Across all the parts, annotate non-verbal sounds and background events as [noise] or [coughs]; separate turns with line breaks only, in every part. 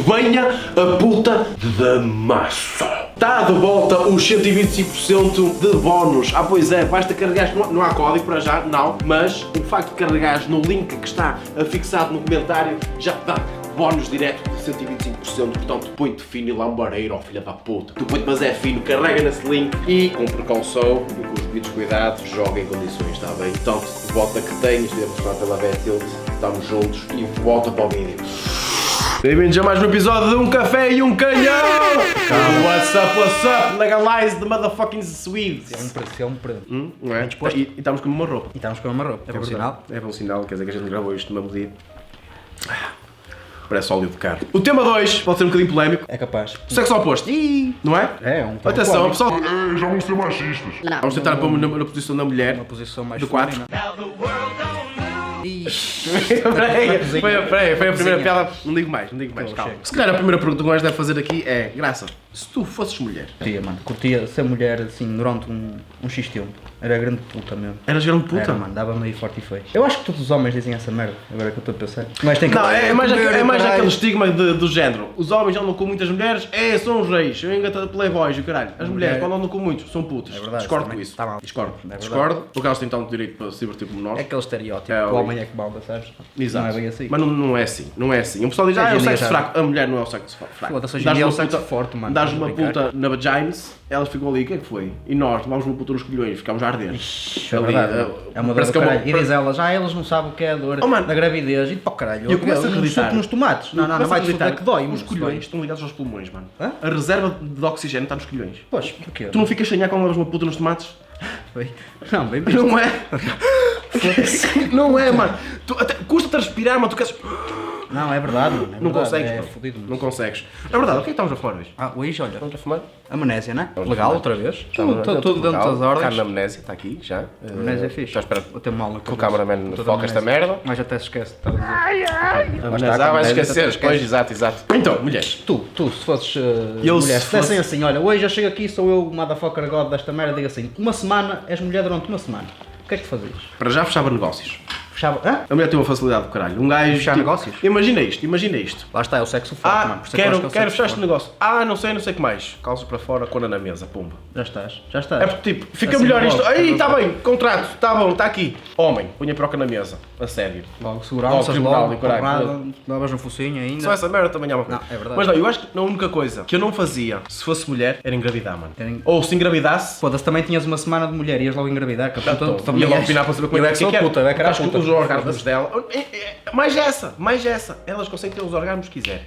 venha a puta da massa. Está de volta os 125% de bónus. Ah, pois é, basta carregar. Não, não há código para já, não. Mas o facto de carregares no link que está fixado no comentário já te dá bónus direto de 125%. Portanto, põe-te fino e lambareiro, ó filha da puta. Tu põe-te, mas é fino, carrega nesse link e com precaução e com os devidos cuidados, joga em condições, está bem? Portanto, volta que tens, devemos estar pela Betilt, estamos juntos e volta para o vídeo. Bem-vindos a mais um episódio de Um Café e um Canhão! Calma, what's up, what's up? Legalize the motherfucking Swedes!
É um preço, é um preço. E
Hum, não é? E, e estamos com uma roupa.
estamos com uma roupa. É bom sinal.
É bom sinal, quer dizer que a gente gravou isto numa medida. Ah, Parece óleo de carro. O tema 2 pode ser um bocadinho polémico.
É capaz.
Sexo oposto. Ih, não é?
É, um
Atenção,
polémico.
pessoal.
É, já vão ser machistas.
Vamos tentar pôr-me na, na posição da mulher.
Uma É posição mais
Do quatro.
feminina. Ixi.
Peraí, foi, a- peraí, foi a primeira
Cozinha.
piada. Não digo mais, não digo mais.
Então,
Calma.
chega.
Se calhar a primeira pergunta que nós deve fazer aqui é: Graça, se tu fosses mulher,
Curtia, mano. Curtia ser mulher assim durante um, um X tempo. Era grande puta mesmo.
eras grande puta?
Era, mano, dava meio forte e feio. Eu acho que todos os homens dizem essa merda, agora que eu estou a pensar. Mas tem que.
Não, é, é mais, aque- é mais
Caralho.
aquele estigma de- do género. Os homens andam com muitas mulheres, é, são os reis, eu engatado playboys e o caralho. As mulheres,
Mulher.
quando andam com muitos, são putas.
É verdade,
Discordo
também.
com isso.
Tá mal.
Discordo.
verdade.
Discordo, porque elas têm tanto direito para se divertir como nós.
É aquele estereótipo.
É,
o
ali.
homem é que balda, sabes?
Exato.
Não é bem assim.
Mas não, não é assim, não é assim. O pessoal diz,
Hoje
ah,
em
é o
dia
sexo
já-
fraco. A mulher não é o sexo fra- fraco.
Foda-se, hoje em
Dás
dia é
uma
o sexo
puta-
forte, mano.
Dás
Estás
uma
a brincar.
puta na vagines, elas ficam ali, o que é que foi? E nós levamos uma puta nos colhões, ficámos a arder.
É
Ali,
verdade.
eh,
É uma dor
parece
do
que é uma-
caralho. E diz elas, ah, eles não sabem o que é a dor
Oh, mano.
da gravidez. E para o caralho.
Eu começo a
um
acreditar.
suco nos tomates. Não, não, não
Começa a
vai
acreditar
desfrutar que dói.
é Os
mano, se dói.
colhões estão ligados aos pulmões, mano.
Hã?
A reserva de oxigênio está nos colhões.
Pois, porquê?
Tu não ficas sem ar quando levas uma puta nos tomates?
Bem- Não, bem visto.
Não é? não é, mano. Tu até- Custa-te respirar, mas tu queres.
[laughs] Não, é verdade. mano, é
Não
verdade,
consegues,
É
mano.
fodido. mano.
Não consegues. É verdade, o que é que estamos a falar hoje?
Ah, hoje, olha,
Estamos a fumar?
amnésia, né? Legal, outra vez. Tudo, tudo, tudo dentro das
Carne
ordens.
na amnésia, está aqui já.
Amnésia é fixe.
Estou a esperar.
Vou ter mal na cabeça.
cameraman
Toda
foca esta
amnésia.
merda.
Mas até se esquece. estás a dizer. tá,
Amnésia, vais esquecer. Pois, exato, exato. Então, mulheres.
Tu, tu, se fosses eh,
Eu, se
mulher, se
fosse-
dissessem assim, olha, hoje eu chego aqui, sou eu o motherfucker god desta merda, diga assim, uma semana, és mulher durante uma semana. O que é que tu fazias?
Para já fechava negócios.
Fechava... Hã?
A mulher tem uma facilidade do caralho. Um gajo.
Fechar negócios?
Imagina isto, imagina isto.
Lá está, é o sexo forte,
Ah,
mano. por isso é que eu
quero,
acho que é o
quero
sexo
fechar este
forte.
negócio. Ah, não sei, não sei o que mais. Calças para fora, cona na mesa, pumba.
Já estás, já estás.
É porque tipo, fica
Assim,
melhor
logo,
isto. Aí,
logo.
está bem, contrato, está bom, está aqui. Homem, punha proca na mesa, a sério.
Logo,
Logo,
seguranças,
tribunal,
logo,
e caralho,
porrada, davas no focinho ainda.
Só essa merda também é uma coisa.
Não, é verdade.
Mas não, eu acho que a única coisa que eu não fazia se fosse mulher era engravidar, mano.
Era en-
Ou se engravidasse.
Foda-se, também tinhas uma semana de mulher, ias logo engravidar, capaz.
ia logo opinar para saber como
eu
é que
sou
era.
puta, eu é que era
Acho que
puta.
os orgasmos dela. É, é, é, Mais essa, mais essa. Elas conseguem ter os orgasmos que quiserem.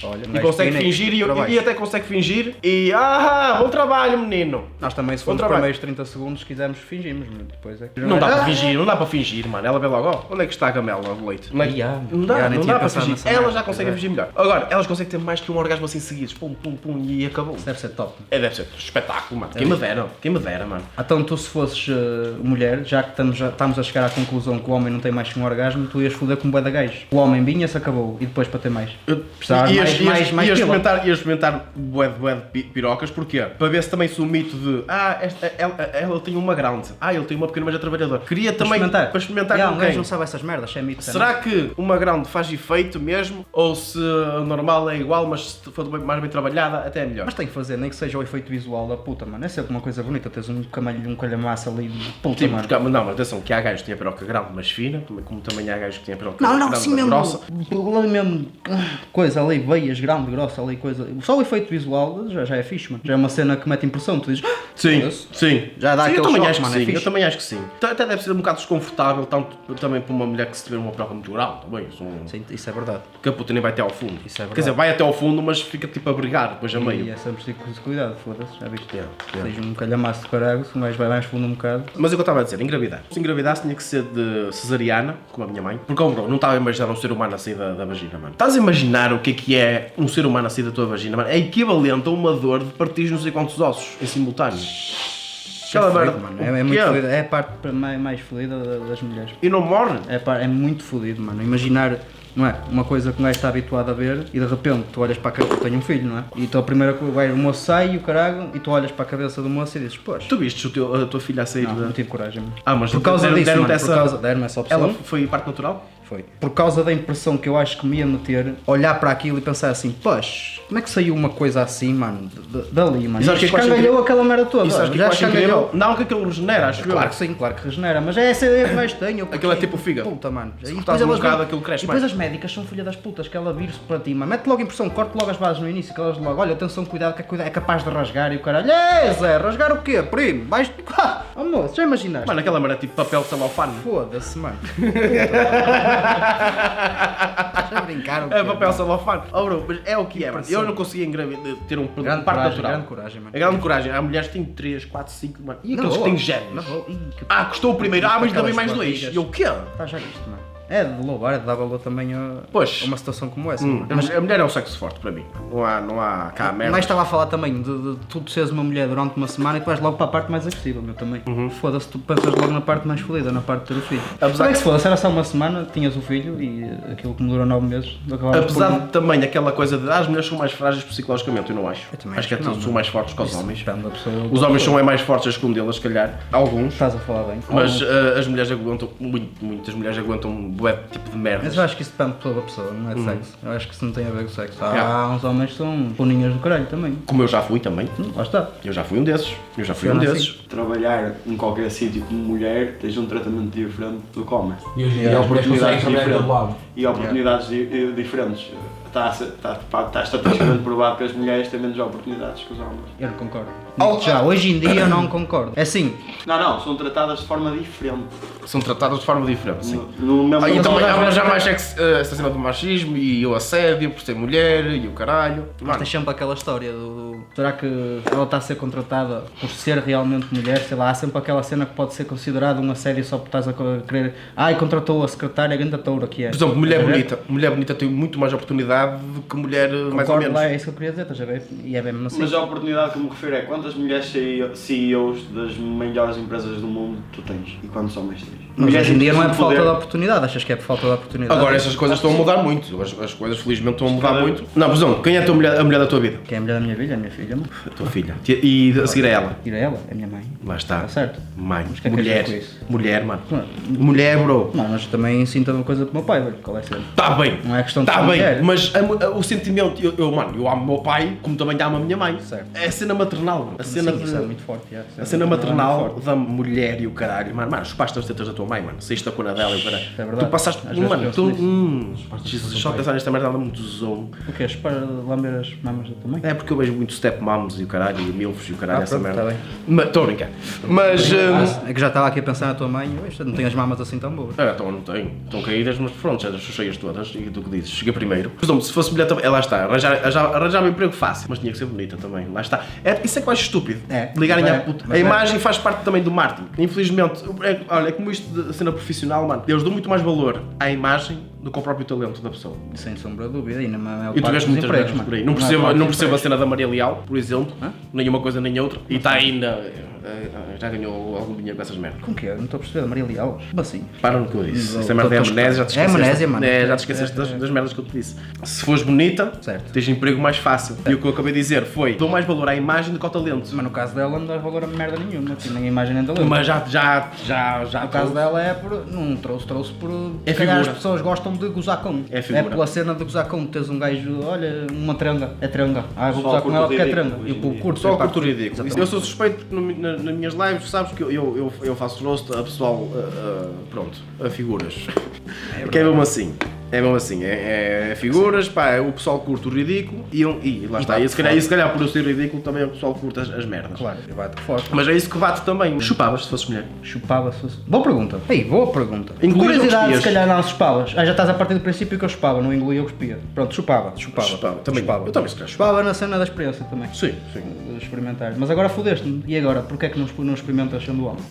Olha,
E
mas
consegue
Guiné,
fingir e,
para baixo.
e até consegue fingir. E ah, bom trabalho, menino.
Nós também, se formos
Bom trabalho.
primeiros 30 segundos, se quisermos, fingimos, mas depois é que...
Não dá
Ah,
para fingir, não dá para fingir, mano. Ela vê logo, ó, onde é que está a gamela do leite? Não, é que-
Ya,
não dá,
ya, nem
não
tinha
dá para
pensado
fingir.
nessa
Elas
merda,
já conseguem
pois é.
fingir melhor. Agora, elas conseguem ter mais que um orgasmo assim seguidos. Pum, pum, pum, e acabou.
isso Deve ser top.
É, deve ser espetáculo, mano. Quem me dera, quem me dera, mano.
Então, tu se fosses eh, mulher, já que estamos a, estamos a chegar à conclusão que o homem não tem mais que um orgasmo, tu ias foder com um bué de gajo. O homem vinha-se, acabou. E depois para ter mais.
Ias-
Precisava mais,
ias-
mais, mais
ias
pila.
experimentar, ias experimentar bué de, bué de pi- pirocas, porquê? Para ver se também se o mito de ah, esta, ela, ela tem uma grande, ah, ele tem uma pequena mas é trabalhadora. Queria
Para
também
experimentar.
para experimentar
Ya,
com
um
quem?
gajo não sabe essas merdas, se é mito. se é
Será que uma grande faz efeito mesmo? Ou se a normal é igual, mas se for bem- mais bem trabalhada, até é melhor?
Mas tem que fazer, nem que seja o efeito visual da puta, mano. É sempre uma coisa bonita, tens um camalho, um calhamaço ali de puta,
Tipo,
mano.
porque há- não, mas atenção, que há gajos que têm a peroca grande mas fina, como, como também há gajos que têm a peroca
Não, não,
grande
sim
mas
mesmo.
grossa.
Ali mesmo. ah, Coisa ali, veias, grande, grossa, ali, coisa. Só o efeito visual já, já é fixe, mano. Já é uma cena que mete impressão, tu dizes. "Ah,
Sim,
foda-se."
sim.
Já dá
sim, eu também
aquele choque,
acho que
mano, é
sim, eu
fixe.
também acho que sim. T- Até deve ser um bocado desconfortável, tanto também para uma mulher que se tiver uma peroca muito grande, também. São...
Sim, isso é verdade.
Que a puta nem vai até ao fundo.
Isso é verdade.
Quer dizer, vai até ao fundo, mas fica tipo a brigar depois a meio.
E é sempre preciso ter cuidado, foda-se, já viste?
Yeah, yeah.
Seja um calhamaço de caralho, se um gajo vai mais fundo um bocado.
Mas é o que eu estava a dizer, engravidar. Se engravidasse tinha que ser de cesariana, como a minha mãe. Porque, oh, bro, não estava a imaginar um ser humano a sair da, da vagina, mano. Estás a imaginar o que é que é um ser humano a sair da tua vagina, mano? É equivalente a uma dor de partir não sei quantos ossos em simultâneo. Aquela
É fodido,
merda.
mano.
O
É, é
quê?
muito fodido. É a parte pra- mais, mais fodida da- das mulheres.
E não morre?
É, pá, é muito fodido, mano. Imaginar, não é? Uma coisa que um gajo está habituado a ver e de repente tu olhas para a cabeça, eu tenho um filho, não é? E tu a primeira coisa, o gajo- o moço sai e o caralho, e tu olhas para a cabeça do moço e dizes, pois,
Tu vistes o teu- a tua filha a sair
não,
da...
não tive coragem. mano.
Ah, mas
por causa
deram-
disso,
deram-te
mano,
essa-
por causa, deram essa opção.
Ela foi parte natural?
Foi. Por causa da impressão que eu acho que me ia meter, olhar para aquilo e pensar assim, pois, como é que saiu uma coisa assim, mano, d- d- dali, mano?
E sabes
E
que eu acho
escangalhou
incrível?
aquela merda toda.
Isso acho que eu acho
escangalhou.
incrível. Não que aquilo regenera, acho
Claro que
eu.
sim, claro que regenera, mas é essa a ideia que mais tenho. eu
Aquilo é
curti.
tipo o fígado.
Puta, mano. E
cortares um bocado, aquilo cresce
E depois
mais.
as médicas são filha das putas, que ela vira-se para ti, mano. Mete logo impressão, corte logo as bases no início, que elas logo, olha, atenção, cuidado, que a cuida- é capaz de rasgar e o caralho. É, Zé, rasgar o quê, primo? Vais. [laughs] Ah, amor, já imaginaste?
Mano, aquela merda é tipo papel celofane.
Foda-se,
[laughs]
mano. Já brincaram.
É papel celofane. Oh, bro, mas é o que é, mano. Eu não conseguia engravidar, ter um parto
Grande
natural.
coragem, grande coragem, mano.
É grande coragem. Há mulheres que têm 3, 4, 5, mano. E aqueles que têm
Na
génios?
boa. Ih, que p-
Ah, custou o primeiro. Ah, mas ainda bem mais
Aquelas
dois.
barrigas.
E o quê?
Tá já isto, mano. É de louvar, é de dar valor também a,
Pois.
a uma situação como essa.
Hum,
mano.
mas a mulher é um sexo forte para mim. Não há, não há cá merda.
Nós estava a falar também de, de tu seres uma mulher durante uma semana e tu vais logo para a parte mais agressiva, meu também. Foda-se, tu pensas logo na parte mais fodida, na parte de ter o filho.
Uhum. Apesar-
Apesar que se foda-se, era só uma semana, tinhas o filho e eh, aquilo que me durou nove meses, acabavas
Apesar
por... um-
de também aquela coisa de ah, as mulheres são mais frágeis psicologicamente, eu não acho.
Eu também
acho que, é
acho que
tudo-
não,
são
não.
mais fortes que os
Isso
homens.
depende da pessoa.
Os homens são é mais fortes a escondê-las, se calhar. Alguns.
Estás a falar bem.
Mas ah, as mulheres aguentam, muito, muitas mulheres aguentam um bué de tipo de merdas.
Mas eu acho que isso depende de pessoa para pessoa, não é de sexo. Eu acho que isso não tem a ver com sexo. Há
Uhum. Yeah.
uns homens que são boninhas do caralho também.
Como eu já fui também.
Lá está.
Eu já fui um desses. Eu já fui um
Funciona
desses.
trabalhar em qualquer sítio como mulher tens um tratamento diferente do que homem.
E hoje em dia as mulheres conseguem trabalhar em
um
todo lado.
E oportunidades di- eh, diferentes. Está, a ser- está, pá, está estatisticamente provado que as mulheres têm menos oportunidades que os homens.
Eu não concordo.
Oh,
Digo-te
ah.
Já, hoje em dia
[coughs]
eu não concordo. É assim,
Não, não, são tratadas de forma diferente.
São tratadas de forma diferente, sim.
No, no mesmo
Ah, e
Mas
então,
também
não dá
há
para-
já mais ex- eh, essa cena do machismo e o assédio por ser mulher e o caralho. Mano,
Mas tens é sempre aquela história do, do- Será que ela está a ser contratada por ser realmente mulher? Sei lá, há sempre aquela cena que pode ser considerada um assédio só por estás a co- querer. Ai, contratou a secretária, a grande toura que é.
por exemplo, mulher bonita. Mulher bonita tem muito mais oportunidade do que mulher eh, mais ou
Concordo,
menos. oh,
lá, é isso que eu queria dizer, estás a ver? E é mesmo assim.
Mas a oportunidade que eu me refiro é quantas mulheres CEO CEOs das melhores empresas do mundo tu tens e quantos homens tens.
Mas hoje em dia não é por falta
Mulheres têm
de
poder.
oportunidade, achas que é por falta de oportunidade?
Agora essas coisas estão a mudar muito. As, as coisas felizmente estão a mudar
calhar-
muito. Não, por exemplo, quem é a, tua mulher, a mulher da tua vida?
Quem é a mulher da minha vida? A minha filha, mano.
A tua filha. E a seguir a ela.
Tira ela, é a minha mãe.
Lá está.
Tá certo.
Mãe.
Mas o que é que
mulher.
queres dizer com
mulher, mano. Mulher, bro.
Não, mas também sinto a mesma coisa que o meu pai, velho. Qual é a cena?
Tá bem.
Não é questão de
Tá
ser
bem,
mulher.
mas amo- a- o sentimento, eu, eu, mano, eu amo o meu pai, como também amo a minha mãe.
Certo.
É a cena maternal, bro. A cena
Sim,
de-
isso é muito forte, já. Isso é
A cena
muito- é muito
maternal
forte.
da mulher e o caralho, mano, mano, chupaste as tetas da tua mãe, mano, saíste da cona dela e o caralho.
É verdade.
Tu passaste,
Às vezes
mano,
penso
tu,
nisso.
hum, Jesus, só pensar nesta merda dá muito zoom.
O quê? Para lamber as mamas da tua mãe?
É porque eu vejo muito stepmoms e o caralho, e milfos e o caralho,
Ah,
essa
pronto,
merda.
tá bem.
Mas, estou a brincar. Mas, hum,
É que já estava aqui a pensar na tua mãe, eu, isto não tenho as mamas assim tão boas.
ah, então eu não tenho, estão caídas, mas pronto, já as cheias todas, e tu que dizes, chega primeiro. Por exemplo, se fosse mulher também, é, lá está, arranjar, arranjar, arranjar um emprego fácil, mas tinha que ser bonita também, lá está. É, isso é que eu acho estúpido,
É,
ligarem
mas
à
é,
puta.
mas
A
é.
imagem faz parte também do marketing. Infelizmente, é, olha, é como isto de cena profissional, mano, eles dão muito mais valor à imagem do que ao próprio talento da pessoa.
Sem sombra de dúvida, e na maior
E tu vês
parte dos
muitas
empregos,
vezes
mano. é
por aí. Não
Na
percebo,
maior parte
não
dos
percebo a
empregos.
cena da Maria Leal, por exemplo,
Hã?
nenhuma coisa nem outra, e está aí na. eh, Já ganhou algum dinheiro com essas merdas.
Com o quê? Eu Não estou a perceber, Maria Leal? Como assim?
Para no que eu disse.
Não,
Essa merda é
tô- tô-
amnésia, já te
é
esqueceste.
amnésia, mano.
É, já te esqueceste das, das merdas que eu te disse. Se fores bonita,
Certo.
tens emprego mais fácil. E o que eu acabei de dizer foi: dou mais valor à imagem do que ao talento.
Mas no caso dela não dá valor a merda nenhuma, porque nem a imagem nem talento.
Mas já, já, já, já.
No caso dela é por. Não trouxe, trouxe por.
É
se calhar
figura.
as pessoas gostam de gozar com.
É figura.
pela cena de gozar com. Tens um gajo, olha, uma tranga. É tranga. Ah, eu vou
Só
gozar
o
com ela
curto
porque é
ridículo,
tranga.
hoje
E
em
o
dia.
curto
Só
epá,
curto ridículo.
exatamente.
Eu sou suspeito porque no- na- nas minhas lives, sabes que eu, eu, eu, eu faço rosto a pessoal, a- a- pronto, a figuras. [laughs] que é mesmo assim. É mesmo assim, é, é figuras, pá, é o pessoal curte o ridículo e, eu- e lá está. E se calhar, e se calhar por eu ser ridículo também o pessoal curte as, as merdas.
tá, Claro, eu bato forte.
Mas é isso que bate também. Chupavas se fosse mulher.
Chupava-se. Boa pergunta. Ei, boa pergunta.
Engolias ou
Curiosidade,
cuspias?
se calhar não se chupavas. Ah, já estás a partir do princípio que eu chupava, não engolia, eu cuspia. Pronto, chupava, chupava.
Chupava, também.
chupava.
Eu também, se calhar, chupava.
Chupava na cena da experiência também.
Sim, sim. É
de Experimentar. Mas agora fodeste-me. E agora? Porquê é que não, exp- não experimentas sendo homem?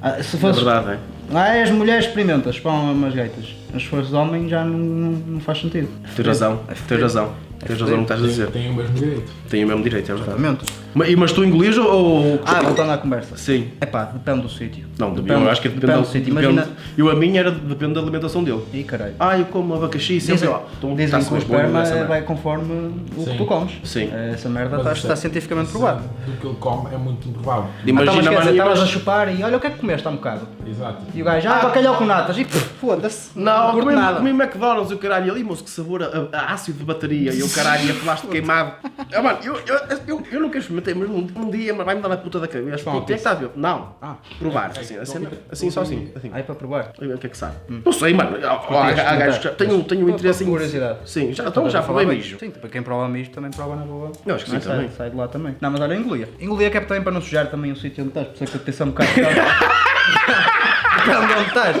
Ah, se
Uhum. É
fosse.
verdade, é.
Ah, és mulher, experimentas, chupam umas gaitas. Mas se fores homem já não, não, não faz sentido.
Tens razão, tens razão. Tens razão no que estás a dizer.
Tem o mesmo direito.
Tem o mesmo direito, é verdade.
Exatamente.
Mas, e- mas tu engolis ou- ou.
Ah, voltando à conversa.
Sim.
É pá, depende do sítio.
Não, eu acho que depende,
depende
da-
do sítio.
depende-
Imagina.
Eu a minha era depende da alimentação dele.
Ih, caralho.
Ah, eu como abacaxi sempre.
Dizem,
ó, então
dizem
tá-se
que o
bem bom
esperma
essa merda.
vai conforme o que
Sim.
tu comes. Eh,
Sim.
Essa merda
Mas
está,
isso
está
é-
cientificamente
isso
provado.
é- Do que ele come é muito improvável.
ah,
Imagina,
tá, mas
mano,
esquece, estavas a
imagina-
chupar e olha o que é que comeste há um bocado.
Exato.
E o gajo, ah, bacalhau com natas. E pff, foda-se.
Não,
curto
comi,
nada.
comi McDonald's e o caralho ali, moço, que sabor a, a ácido de bateria e o caralho e a plástico queimado. Ah, mano, eu, eu, eu, eu nunca experimentei, mas um, um dia mas vai-me dar na puta da cabeça. Pô, o que é que está a ver? Não.
um Ah.
Provar, assim, assim, assim só assim. assim.
Aí para provar.
O que é que sabe?
Hum.
Não sei, mano. Há- Há há gajos que já- tenho, tenho
Por
um interesse em.
curiosidade.
Sim, já, então já
falar
falei mijo.
Sim, para quem prova mijo também prova na boa.
Eu acho que
Não é?
sim,
sai,
também.
Sai de lá também. Não, mas olha, eu engolia. Engolia que é também para não sujar também o sítio onde estás, por isso é que eu te pensei um bocado.
[laughs]
Depende de onde estás.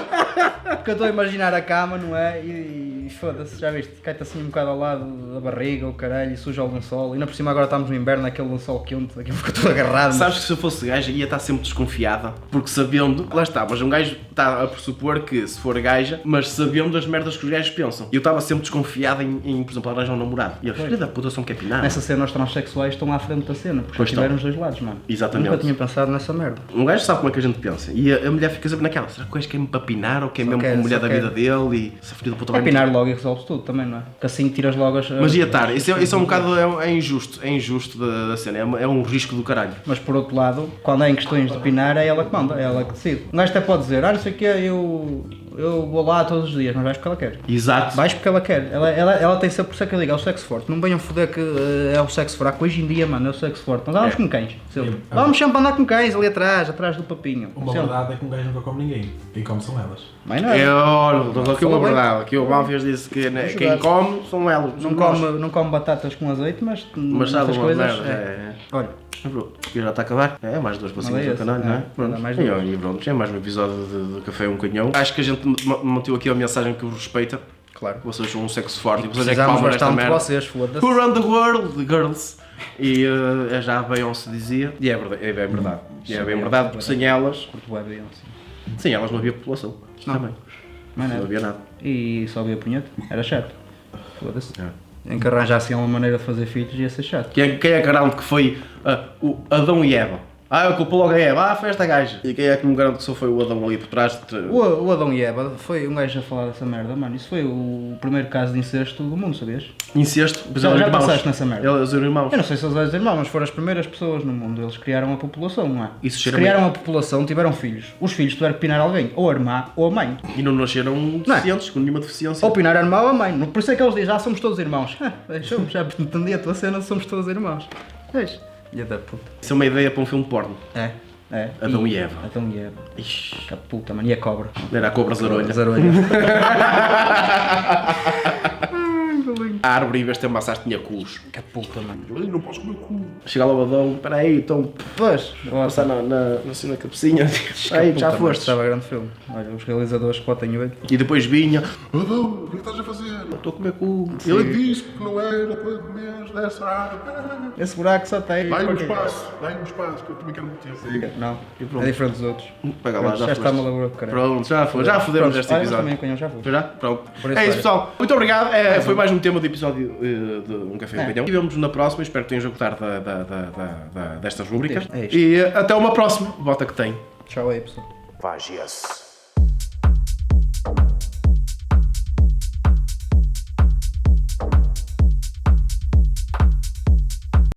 Porque eu estou a imaginar a cama, não é? E, e foda-se, já viste? Cai-te assim um bocado ao lado da barriga, o caralho, e suja o lençol. E ainda por cima agora estamos no inverno, aquele lençol quente, aquilo ficou todo agarrado. mas-
Sabes que se eu fosse gajo ia estar sempre desconfiada, porque sabendo, lá está, mas um gajo está a pressupor que se for gaja, mas sabendo as merdas que os gajos pensam. Eu estava sempre desconfiada em, em, por exemplo, arranjar um namorado. E eu, filha da puta, eu sou um capinado.
Nessa cena, os transexuais estão à frente da cena, porque
Pois
estiveram os dois lados, mano.
Exatamente.
Nunca tinha pensado nessa merda.
Um gajo sabe como é que a gente pensa. E a, a mulher fica sempre naquela, será que o gajo quer me papinar ou quer mesmo
quer,
com a mulher
só
da
quer.
vida dele e se a filha da puta
Vai
vai me
é pinar logo e resolves tudo também, não é? Que assim tiras logo as.
Mas ia estar, isso é, isso é um bocado é, é injusto, é injusto da, da cena, é, uma- é um risco do caralho.
Mas por outro lado, quando é em questões de pinar, é ela que manda, é ela que decide. Um gajo até pode dizer, ah, não sei o quê, eu, eu vou lá todos os dias, mas vais porque ela quer.
Exato.
Vais porque ela quer. Ela, ela, ela tem sempre, por isso é que eu digo, é o sexo forte. Não venham foder que eh, é o sexo fraco. Hoje em dia, mano, é o sexo forte. Andávamos
É.
com cães, sempre.
É.
Vamos sempre andar com cães ali atrás, atrás do papinho.
Uma
Sempre.
verdade é que um gajo nunca come ninguém. Quem come são elas.
Mas não.
É, olha, aqui uma
Fala bem.
verdade, aqui o Banfias disse que né, quem come são elas,
Não come, não come batatas com azeite, mas,
Mas sabe
essas
uma
coisas.
merda, é.
Olha,
Pronto, e já está a acabar. É, mais duas passinhas
Olha
do
esse,
canal, não é?
é.
Pronto.
Dá mais
E,
duas.
olha, e pronto, já é mais um episódio de- do Café Um Canhão. Acho que a gente ma- meteu aqui a mensagem que vos respeita.
Claro.
Vocês são um sexo forte e vocês é que
precisamos
palmam esta
bastante de
merda.
vocês, foda-se.
Around the world, girls. E eh, já a Beyoncé dizia. E é verdade, é bem verdade. E é bem verdade, porque sem elas,
Porque vai bem, assim.
sem elas não havia população. Também.
Mas é.
Não
nada.
havia nada.
e só via punheta, era chato. Foda-se.
É.
Em que arranjassem uma maneira de fazer filhos ia ser chato.
Quem, quem é que garante que foi ah, o Adão e Eva? Ah, eu culpo logo a Eva, ah, foi esta gaja. E quem é que me garante que só foi o Adão ali por trás? De...
O, o Adão e Eva foi um gajo a falar dessa merda, mano. Isso foi o primeiro caso de incesto do mundo, sabias?
Incesto, mas
Já-
eles
já
irmãos.
pensaste nessa merda?
Eles eram irmãos.
Eu não sei se eles eram irmãos, mas foram as primeiras pessoas no mundo. Eles criaram a população, não é?
Isso
Se
cheira
criaram a população, tiveram filhos. Os filhos tiveram que pinar alguém, ou a irmã ou a mãe.
E não nasceram deficientes, com nenhuma deficiência.
Ou pinar a irmã ou a mãe. Por isso é que eles dizem, ah, somos todos irmãos. [laughs] Ah, somos, já entendi a tua cena, somos todos irmãos. Pois. Filha da puta.
Isso é uma ideia para um filme porno.
É, é.
Adão e Eva.
Adão e Eva.
Ixi,
Que puta, mano. E a cobra?
era a cobra zarolha.
Zarolha.
[laughs] A árvore, em vez de ter maçãs, tinha culos.
Que puta, mano.
Eu não posso comer cu. Chega lá o Adão, peraí, então,
Pois,
passar na, na, assim, na cabecinha. [laughs] Aí, já foste.
Estava grande filme. Olha, os realizadores que botem oito.
E depois vinha,
Adão, o que estás a fazer?
estou é a comer cu.
Ele disse que não era para comer dessa árvore.
Esse buraco só tá tem.
Dá-me um espaço, dá-me um espaço, que eu também quero meter.
Não,
E pronto.
é diferente dos outros.
Pega lá, já,
já está
foste.
malabura do caralho.
Pronto, já foi, já fodemos
Pronto,
este
olha,
episódio.
mas também, Cunhão, já foi.
Já? Pronto.
Por isso,
é isso,
olha.
pessoal. Muito obrigado. É, foi mais um tema do episódio eh, de Um Café
É.
com Canhão. E vemos na próxima. Espero que tenham gostado da, da, da, da- da- destas rubricas.
É isto.
e eh, até uma próxima. Bota que tem.
Tchau aí, pessoal.
Vagias.